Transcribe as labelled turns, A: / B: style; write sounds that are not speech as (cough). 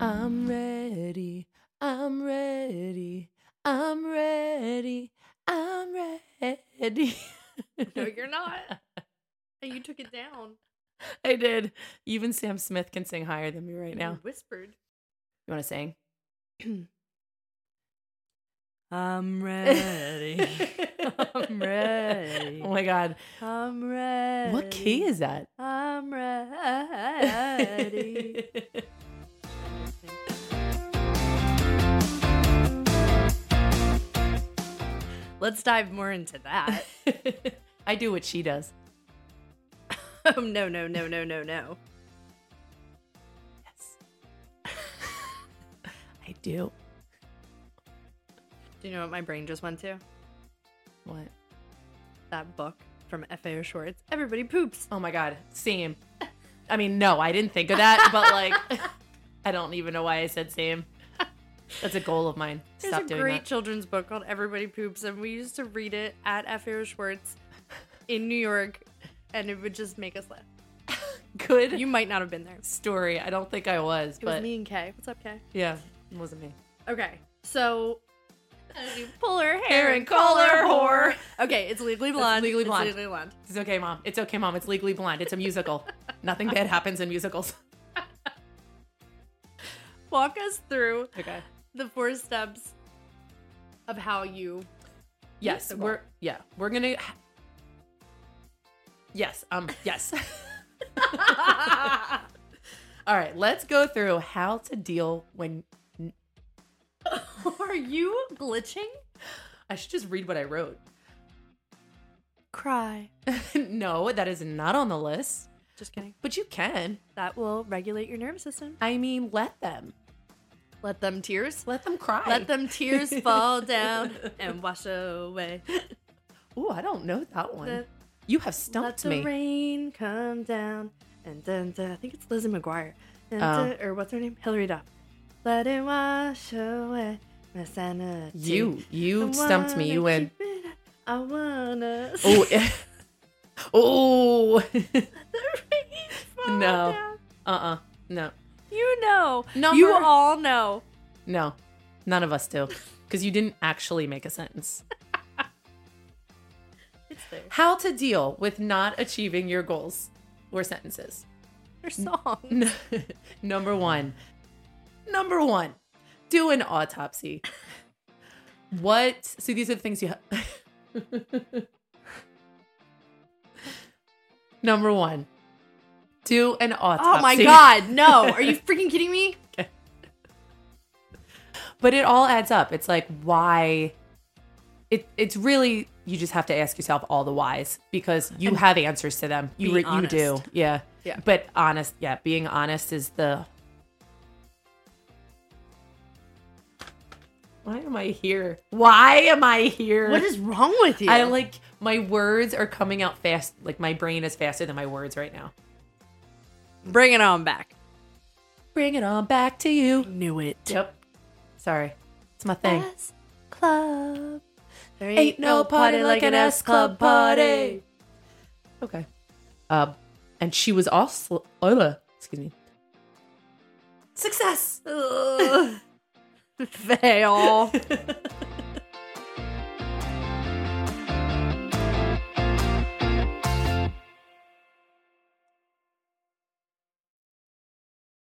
A: I'm ready. I'm ready. I'm ready. I'm ready.
B: No,
A: (laughs)
B: you're not. Hey, You took it down.
A: I did. Even Sam Smith can sing higher than me (laughs) right
B: You
A: now. (laughs)
B: whispered.
A: You want to sing?
B: (clears throat) I'm
A: (laughs)
B: I'm ready.
A: Oh my god.
B: I'm ready.
A: What key is that?
B: I'm
A: Ah,
B: ready. (laughs) Let's dive more into
A: (laughs)
B: that.
A: (laughs)
B: (laughs)
A: I do what she does.
B: Oh no no no no no no.
A: Yes. I do.
B: Do you know what my brain just went to?
A: What?
B: That book from F.A.O. Schwartz. Everybody poops.
A: Oh my god. Same. I mean, no, I didn't think of that, but
B: (laughs)
A: like I don't even know why I said same. That's a goal of mine.
B: There's
A: Stop
B: a
A: doing
B: great
A: that.
B: children's book called Everybody Poops, and we used to read it at
A: (laughs)
B: F.A.O. Schwartz in New York, and it would just make us laugh.
A: Good
B: You might not have been there. It
A: story. I don't think I was, but
B: was me and Kay. What's up, Kay?
A: yeah, it wasn't me.
B: Okay, so you pull her
A: hair and call her whore.
B: Okay, it's Legally Blonde.
A: Legally
B: It's
A: Blonde.
B: Legally Blonde.
A: It's okay, mom. It's okay, mom. It's legally blind. It's a
B: (laughs)
A: musical. Nothing bad happens in musicals.
B: Walk us through
A: Okay.
B: the four steps of
A: (laughs)
B: how you.
A: (laughs) Yes,
B: Musical.
A: we're yeah, we're gonna. Yes, um,
B: (laughs)
A: yes. All right, let's go through how to deal when
B: Are you glitching?
A: I should just read what I wrote.
B: Cry.
A: (laughs) no, that is not on the list,
B: Just kidding.
A: but you can.
B: That will regulate your nervous system.
A: I mean, let them,
B: Let them tears.
A: let them cry.
B: Let them tears
A: (laughs)
B: fall down and wash away.
A: Ooh, I don't know that one.
B: The-
A: you have
B: Let
A: stumped
B: the
A: me.
B: rain come down and dun, dun, I think it's Lizzie McGuire. Dun,
A: Oh.
B: dun, or what's her name? Hillary Duff. Let it wash away my sanity.
A: you,
B: I
A: you stumped me. You win.
B: wanna keep it up. I wanna. (laughs)
A: Oh, (laughs) oh,
B: the rain fall
A: No.
B: down.
A: uh, uh, no.
B: You know. You
A: Number-
B: all know.
A: No, none of us do. Because you didn't actually make a sentence.
B: It's there.
A: How to deal with not achieving your goals or sentences.
B: Your song.
A: N- (laughs) Number one. Number one, do an autopsy. What? So these are the things you have. (laughs) Number one, do an autopsy.
B: Oh my
A: (laughs)
B: god, no. Are you freaking kidding me?
A: but it all adds up. It's like why it it's really you just have to ask yourself all the whys because you have answers to them. You
B: be
A: re- you do.
B: honest.
A: Yeah.
B: Yeah.
A: But honest, yeah, being honest is the Why am I here? Why am I here?
B: What is wrong with you?
A: I like my words are coming out fast. Like my brain is faster than my words right now.
B: Bring it on back.
A: Bring it on back to you.
B: Knew it.
A: Yep. Sorry. It's my thing.
B: S Club. There ain't,
A: Ain't no party like an S Club party. Okay. Uh, and she was also, uh, excuse me. (laughs) Success.
B: (laughs) Ugh. Fail.